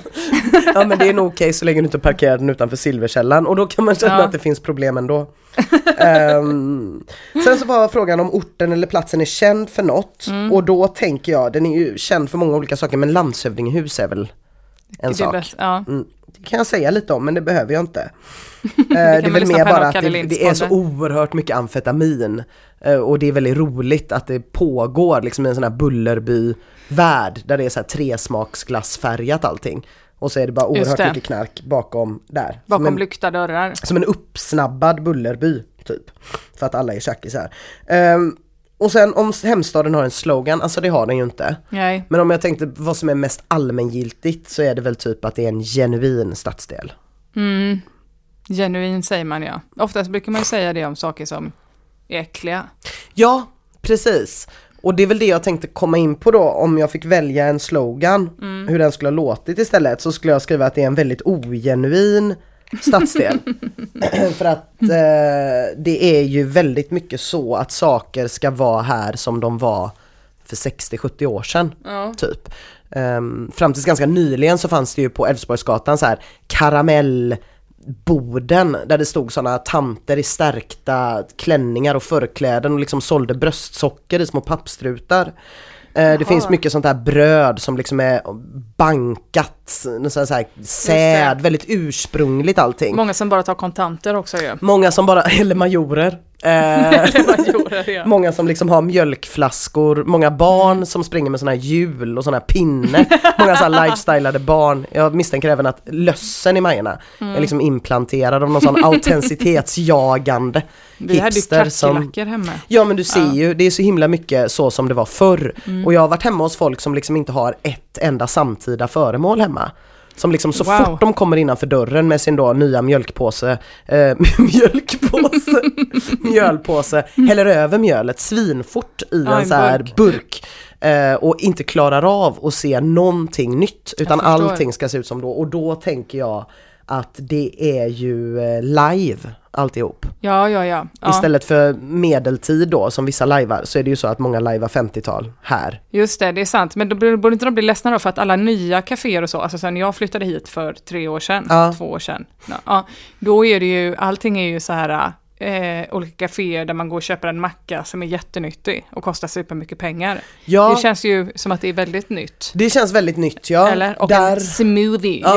ja men det är nog okej så länge du inte parkerar den utanför Silverkällan och då kan man känna
Ja.
att det finns problem ändå. Ehm, sen så var frågan om orten eller platsen är känd för något
Mm.
och då tänker jag, den är ju känd för många olika saker men landshövdingehus är väl en
det är
sak.
bäst- ja.
Mm, det kan jag säga lite om men det behöver jag inte. Eh, det är
man
väl
lyssna
mer
på en av
bara att
Kalle
det,
Linds
det är så
poddar.
oerhört mycket amfetamin eh, och det är väldigt roligt att det pågår liksom i en sån här Bullerby-värld där det är så här tresmaksglassfärgat allting. Och så är det bara
Just
oerhört
det.
mycket knark bakom där.
Bakom
som, en,
lyckta dörrar.
som en uppsnabbad bullerby typ. För att alla är tjackisar. Ehm, och sen om hemstaden har en slogan, alltså det har den ju inte.
Nej.
Men om jag tänkte vad som är mest allmängiltigt så är det väl typ att det är en genuin stadsdel.
Mm. Genuin säger man ja. Oftast brukar man ju säga det om saker som är äckliga.
Ja, precis. Och det är väl det jag tänkte komma in på då om jag fick välja en slogan, hur den skulle ha låtit istället, så skulle jag skriva att det är en väldigt ogenuin stadsdel. För att eh, det är ju väldigt mycket så att saker ska vara här som de var för 60-70 år sedan.
Ja.
Typ. Ehm, fram tills ganska nyligen så fanns det ju på Älvsborgsgatan så här karamellboden där det stod sådana tanter i stärkta klänningar och förkläden och liksom sålde bröstsocker i små pappstrutar. Eh, det finns mycket sånt där bröd som liksom är bankat, någon sån här säd, väldigt ursprungligt allting.
Många som bara tar kontanter också ju.
Många som bara, eller majorer. Eh,
Eller vad gjorde det? Mm.
Många som liksom har mjölkflaskor, många barn som springer med såna här hjul och såna här pinne. Många så här lifestylade barn. Jag misstänker även att lössen i Majorna
Mm.
är liksom implanterad av någon sån autenticitetsjagande
Vi hade ju
hipster som
kackerlackor hemma.
Ja men du ser ju, det är så himla mycket så som det var förr. Och jag har varit hemma hos folk som liksom inte har ett enda samtida föremål hemma. Som liksom så
Wow.
fort de kommer innanför dörren med sin då nya mjölkpåse, eh, mjölkpåse, mjölpåse, häller över mjölet svinfort i
Ja,
en
en
så här burk.
burk.
eh, och inte klarar av att se någonting nytt utan
förstår.
allting ska se ut som då. Och då tänker jag att det är ju eh, live alltihop.
Ja, ja, ja. ja.
Istället för medeltid då som vissa lajvar så är det ju så att många lajvar 50-tal här.
Just det, det är sant. Men då borde borde inte de bli ledsna då för att alla nya kaféer och så, alltså sen jag flyttade hit för tre år sedan,
Ja.
två år sedan, ja, ja, då är det ju, allting är ju så här, eh, olika kaféer där man går och köper en macka som är jättenyttig och kostar supermycket pengar.
Ja,
Det känns ju som att det är väldigt nytt.
väldigt nytt ja.
Eller? Och
Där,
en smoothie
Ja.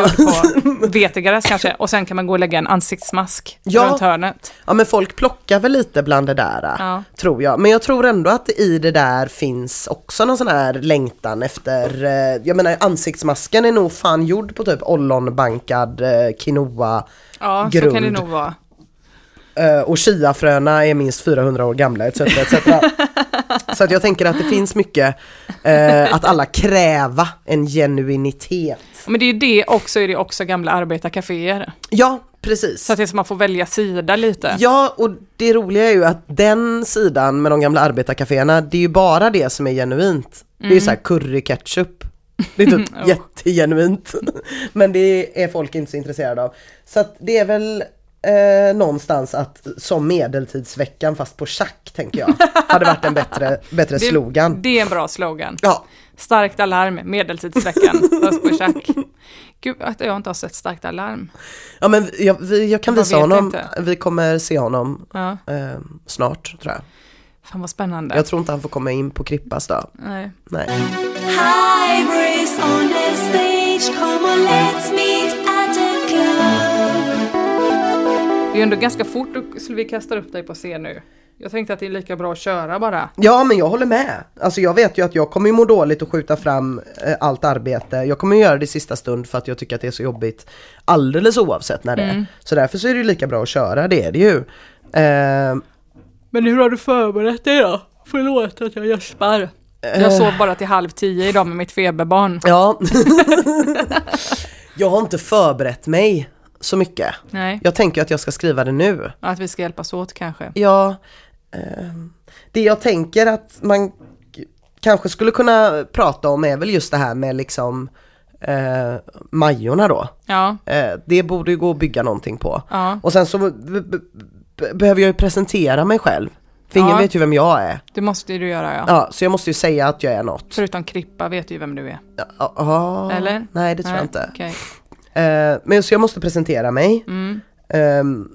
gjord på vetegröt kanske. Och sen kan man gå och lägga en ansiktsmask
Ja.
runt hörnet.
ja men folk plockar väl lite bland det där
Ja.
tror jag. Men jag tror ändå att i det där finns också någon sån här längtan efter, eh, jag menar ansiktsmasken är nog fan gjord på typ ollonbankad eh, quinoa
Ja, så kan det
Grund.
nog vara.
eh, och chiafröna är minst 400 år gamla etc. etc. Så att jag tänker att det finns mycket eh, att alla kräva en genuinitet.
Men det är ju det och så är det också gamla arbetarkaféer.
Ja, precis.
Så att det är som att man får välja sida lite.
Ja, och det roliga är ju att den sidan med de gamla arbetarkaféerna, det är ju bara det som är genuint. Det är
Mm.
ju såhär curry ketchup. Det är typ
Oh.
jättegenuint. Men det är folk inte så intresserade av. Så att det är väl eh, någonstans att som medeltidsveckan fast på schack tänker jag. Hade varit en bättre, bättre
Det-
slogan.
Det är en bra slogan.
Ja,
Starkt alarm, medeltidsveckan, fast på schack. Gud, att jag inte har sett starkt alarm.
ja men jag, vi, jag kan
Man
visa
vet
honom.
inte.
Vi kommer se honom
Ja,
eh, snart tror jag.
fan vad spännande.
Jag tror inte han får komma in på Krippas dag.
Nej.
Nej.
Hybris on the stage, come on, let's meet at a club.
Det är ju ändå ganska fort och- så vi kastar upp dig på scen nu. Jag tänkte att det är lika bra att köra bara.
Ja men jag håller med. Alltså jag vet ju att jag kommer ju må dåligt och skjuta fram eh, allt arbete. Jag kommer ju göra det i sista stund för att jag tycker att det är så jobbigt alldeles oavsett när det är. Så därför så är det ju lika bra att köra, det är det ju. Eh,
Men hur har du förberett dig då? Förlåt att jag gäspar. Jag sov bara till halv tio idag med mitt feberbarn.
ja. jag har inte förberett mig så mycket.
Nej,
Jag tänker att jag ska skriva det nu.
att vi ska hjälpas åt kanske.
Ja, eh, det jag tänker att man k- kanske skulle kunna prata om är väl just det här med liksom eh, Majorna då.
Ja,
Eh, det borde ju gå att bygga någonting på.
ja.
Och sen så b- b- b- behöver jag ju presentera mig själv. För ingen
Ja.
vet ju vem jag är.
Det måste ju du göra ja.
Ja, så jag måste ju säga att jag är något.
Förutom Krippa vet ju vem du är.
Ja, ja.
Eller?
Nej det tror
Nej,
jag inte.
okej.
Eh, men så jag måste presentera mig.
Mm.
Ehm,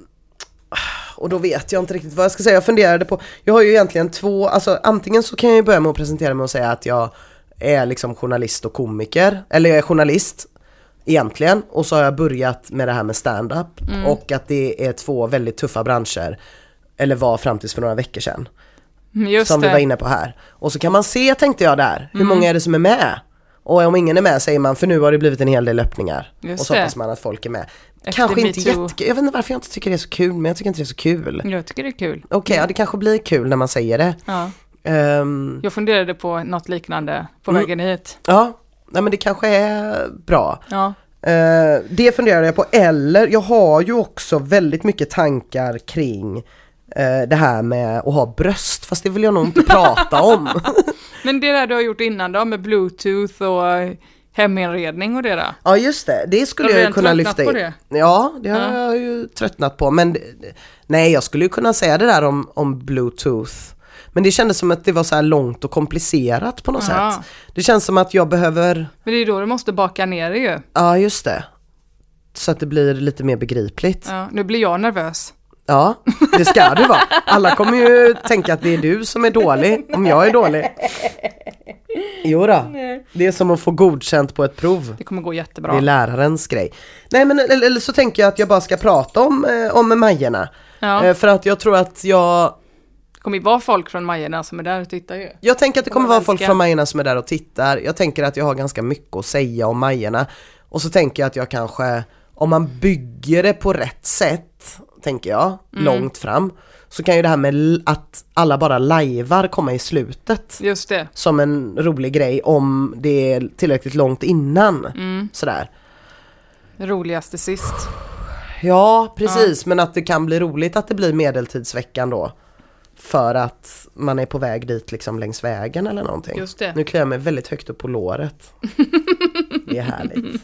och då vet jag inte riktigt vad jag ska säga. Jag funderade på, jag har ju egentligen två, alltså antingen så kan jag ju börja med att presentera mig och säga att jag är liksom journalist och komiker. Eller jag är journalist egentligen. Och så har jag börjat med det här med stand-up. Och att det är två väldigt tuffa branscher. Eller var fram tills för några veckor sedan.
Mm, Just
som
det. Mm.
vi var inne på här. Och så kan man se tänkte jag där, hur många är det som är med? Och om ingen är med säger man för nu har det blivit en hel del öppningar.
Just
och så hoppas
det.
man att folk är med.
Efter
kanske inte
metoo.
jättekul, jag vet inte varför jag inte tycker det är så kul men jag tycker inte det är så kul. Okej,
Jag tycker det är kul.
ja det kanske blir kul när man säger det.
Ja.
Ehm,
Jag funderade på något liknande på
Mm.
vägen hit.
ja, nej men det kanske är bra.
Ja.
Eh, det funderar jag på, eller jag har ju också väldigt mycket tankar kring eh, det här med att ha bröst, fast det vill jag nog inte prata om.
Men det där du har gjort innan då med bluetooth och eh, heminredning och det där.
Ja just det, det skulle
Har du
jag ju
redan
kunna
tröttnat
lyfta in.
på det?
Ja, det har
Ja.
jag ju tröttnat på. Men det- nej, jag skulle ju kunna säga det där om, om bluetooth. Men det kändes som att det var så här långt och komplicerat på något
Jaha.
sätt. Det känns som att jag behöver,
Men det är då du måste baka ner det ju.
ja just det. Så att det blir lite mer begripligt.
Ja, nu blir jag nervös.
Ja, det ska det vara. Alla kommer ju tänka att det är du som är dålig om jag är dålig. Jo då. det är som att få godkänt på ett prov.
Det kommer gå jättebra.
Det är lärarens grej. Nej men eller, eller så tänker jag att jag bara ska prata om, eh, om Majorna.
Ja.
Eh, för att jag tror att jag,
Det kommer ju vara folk från Majerna som är där och tittar ju.
jag tänker att det kommer
Kommer
vara
älska.
folk från Majorna som är där och tittar. Jag tänker att jag har ganska mycket att säga om Majorna. Och så tänker jag att jag kanske, om man bygger det på rätt sätt, tänker jag, långt fram. Så kan ju det här med l- att alla bara lajvar komma i slutet.
Just det.
som en rolig grej om det är tillräckligt långt innan. Sådär.
Roligaste sist.
Ja, precis. Men att det kan bli roligt att det blir medeltidsveckan då. För att man är på väg dit liksom längs vägen eller någonting.
Just det.
Nu klär jag mig väldigt högt upp på låret. Det är härligt.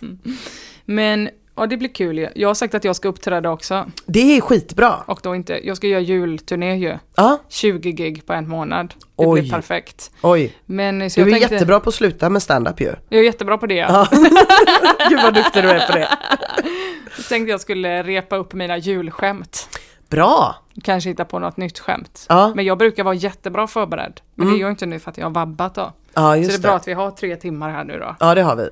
Men ja, det blir kul ju. Jag har sagt att jag ska uppträda också.
Det är skitbra.
Och då inte, jag ska göra julturné ju.
Ja, 20
20 gig på en månad. Det
Oj.
blir perfekt.
oj.
Men så
Du
jag
är
tänkte,
jättebra på att sluta med stand-up ju.
Jag är jättebra på det.
Ja. Gud vad duktig du är på det.
Jag tänkte jag skulle repa upp mina julskämt.
Bra!
Kanske hitta på något nytt skämt.
Ja.
Men jag brukar vara jättebra förberedd. Men det gör jag inte nu för att jag har vabbat då.
Ja,
Så
just
det är
det.
bra att vi har tre timmar här nu då.
Ja, det har vi.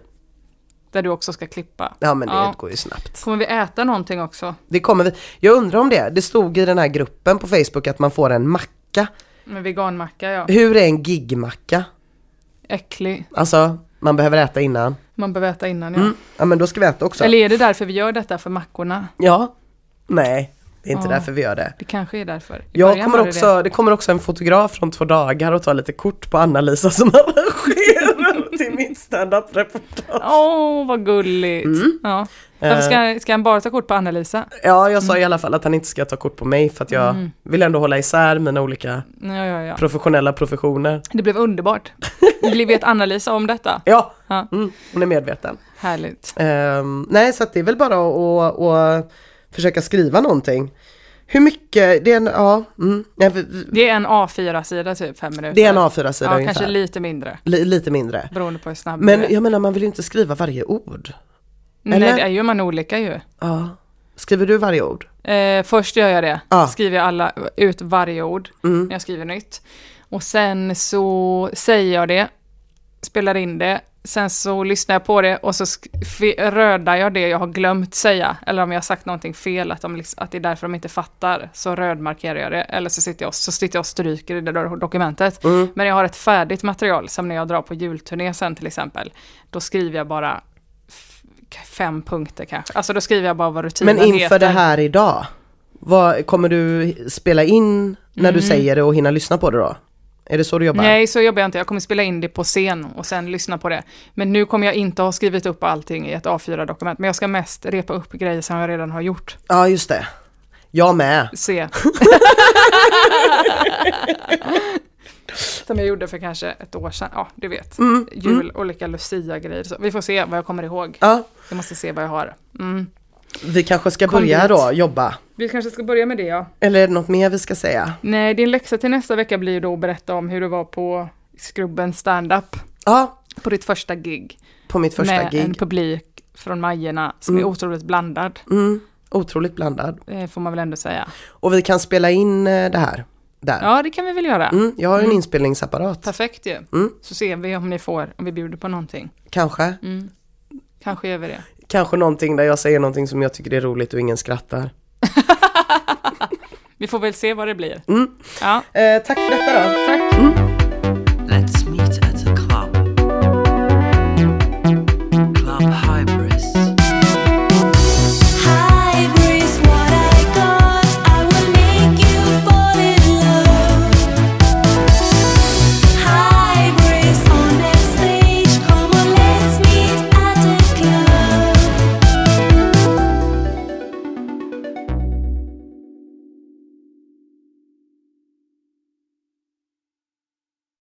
Där du också ska klippa.
Ja, men det går ju snabbt.
Kommer vi äta någonting också?
Det kommer vi. Jag undrar om det. Det stod i den här gruppen på Facebook att man får en macka.
Med veganmacka ja.
Hur är en gigmacka?
Äcklig.
Alltså, man behöver äta innan.
Man behöver äta innan ja.
Ja men då ska vi äta också.
Mm. Eller är det därför vi gör detta för mackorna?
Ja. Nej, det är inte
Ja.
därför vi gör det.
Det kanske är därför. I
Jag
början
kommer
var det
också, det. kommer också en fotograf från två dagar och tar lite kort på Anna-Lisa som arrangerar till mitt
det.
standup-reportage.
Åh, vad gulligt!
Mm.
Ja. Varför
Eh.
ska, ska han bara ta kort på Anna-Lisa?
Ja, jag sa i alla fall att han inte ska ta kort på mig för att jag
Mm.
vill ändå hålla isär mina olika
Ja, ja, ja.
professionella professioner.
Det blev underbart. Det Vet Anna-Lisa om detta?
Ja,
Ja.
mm, hon är medveten.
Härligt.
Ehm, nej, så att det är väl bara att, att, att försöka skriva någonting. Hur mycket, det är en, ja, mm, nej, vi- vi-
Det är en A4-sida typ, fem minuter.
det är en A4-sida
Ja,
ungefär.
kanske lite mindre.
Li- lite mindre.
Beroende på hur snabb du
Men
är.
jag menar, man vill ju inte skriva varje ord.
Nej,
eller?
det är ju man olika ju.
Ja. Skriver du varje ord?
Eh, först gör jag det,
Ja. Mm.
skriver jag alla, ut varje ord när jag skriver nytt. Och sen så säger jag det, spelar in det, sen så lyssnar jag på det och så sk- fe- rödar jag det jag har glömt säga. Eller om jag har sagt någonting fel, att, de liksom, att det är därför de inte fattar, så rödmarkerar jag det. Eller så sitter jag, så sitter jag och stryker i det där dokumentet.
Mm.
Men jag har ett färdigt material, som när jag drar på julturné sen till exempel, då skriver jag bara f- fem punkter kanske. Alltså då skriver jag bara vad rutinen
Men inför
heter.
det här idag, vad, kommer du spela in när du säger det och hinna lyssna på det då? Är det så du jobbar?
Mm. Nej, så jobbar jag inte. Jag kommer spela in det på scen och sen lyssna på det. Men nu kommer jag inte ha skrivit upp allting i ett A4-dokument. Men jag ska mest repa upp grejer som jag redan har gjort.
Ja, just det. Jag med.
Se. som jag gjorde för kanske ett år sedan. Ja, du vet. Jul, olika Lucia-grejer. Så vi får se vad jag kommer ihåg.
Ja,
Jag måste se vad jag har. Mm.
vi kanske ska
Kom
börja
dit.
då, jobba.
Vi kanske ska börja med det, ja.
Eller är det något mer vi ska säga?
Nej, din läxa till nästa vecka blir ju då att berätta om hur det var på Skrubben stand-up.
Ja,
På ditt första gig.
på mitt första
med en
gig.
publik från Majerna som är otroligt blandad,
Mm, otroligt blandad.
eh, får man väl ändå säga.
Och vi kan spela in eh, det här. Där.
Ja, det kan vi väl göra.
Mm, jag har en inspelningsapparat.
Perfekt ju. Så ser vi om ni får, om vi bjuder på någonting.
Kanske.
Mm. Kanske gör vi det.
Kanske någonting där jag säger någonting som jag tycker är roligt och ingen skrattar.
Vi får väl se vad det blir. Ja,
Mm. Eh, tack för detta då.
tack.
Mm.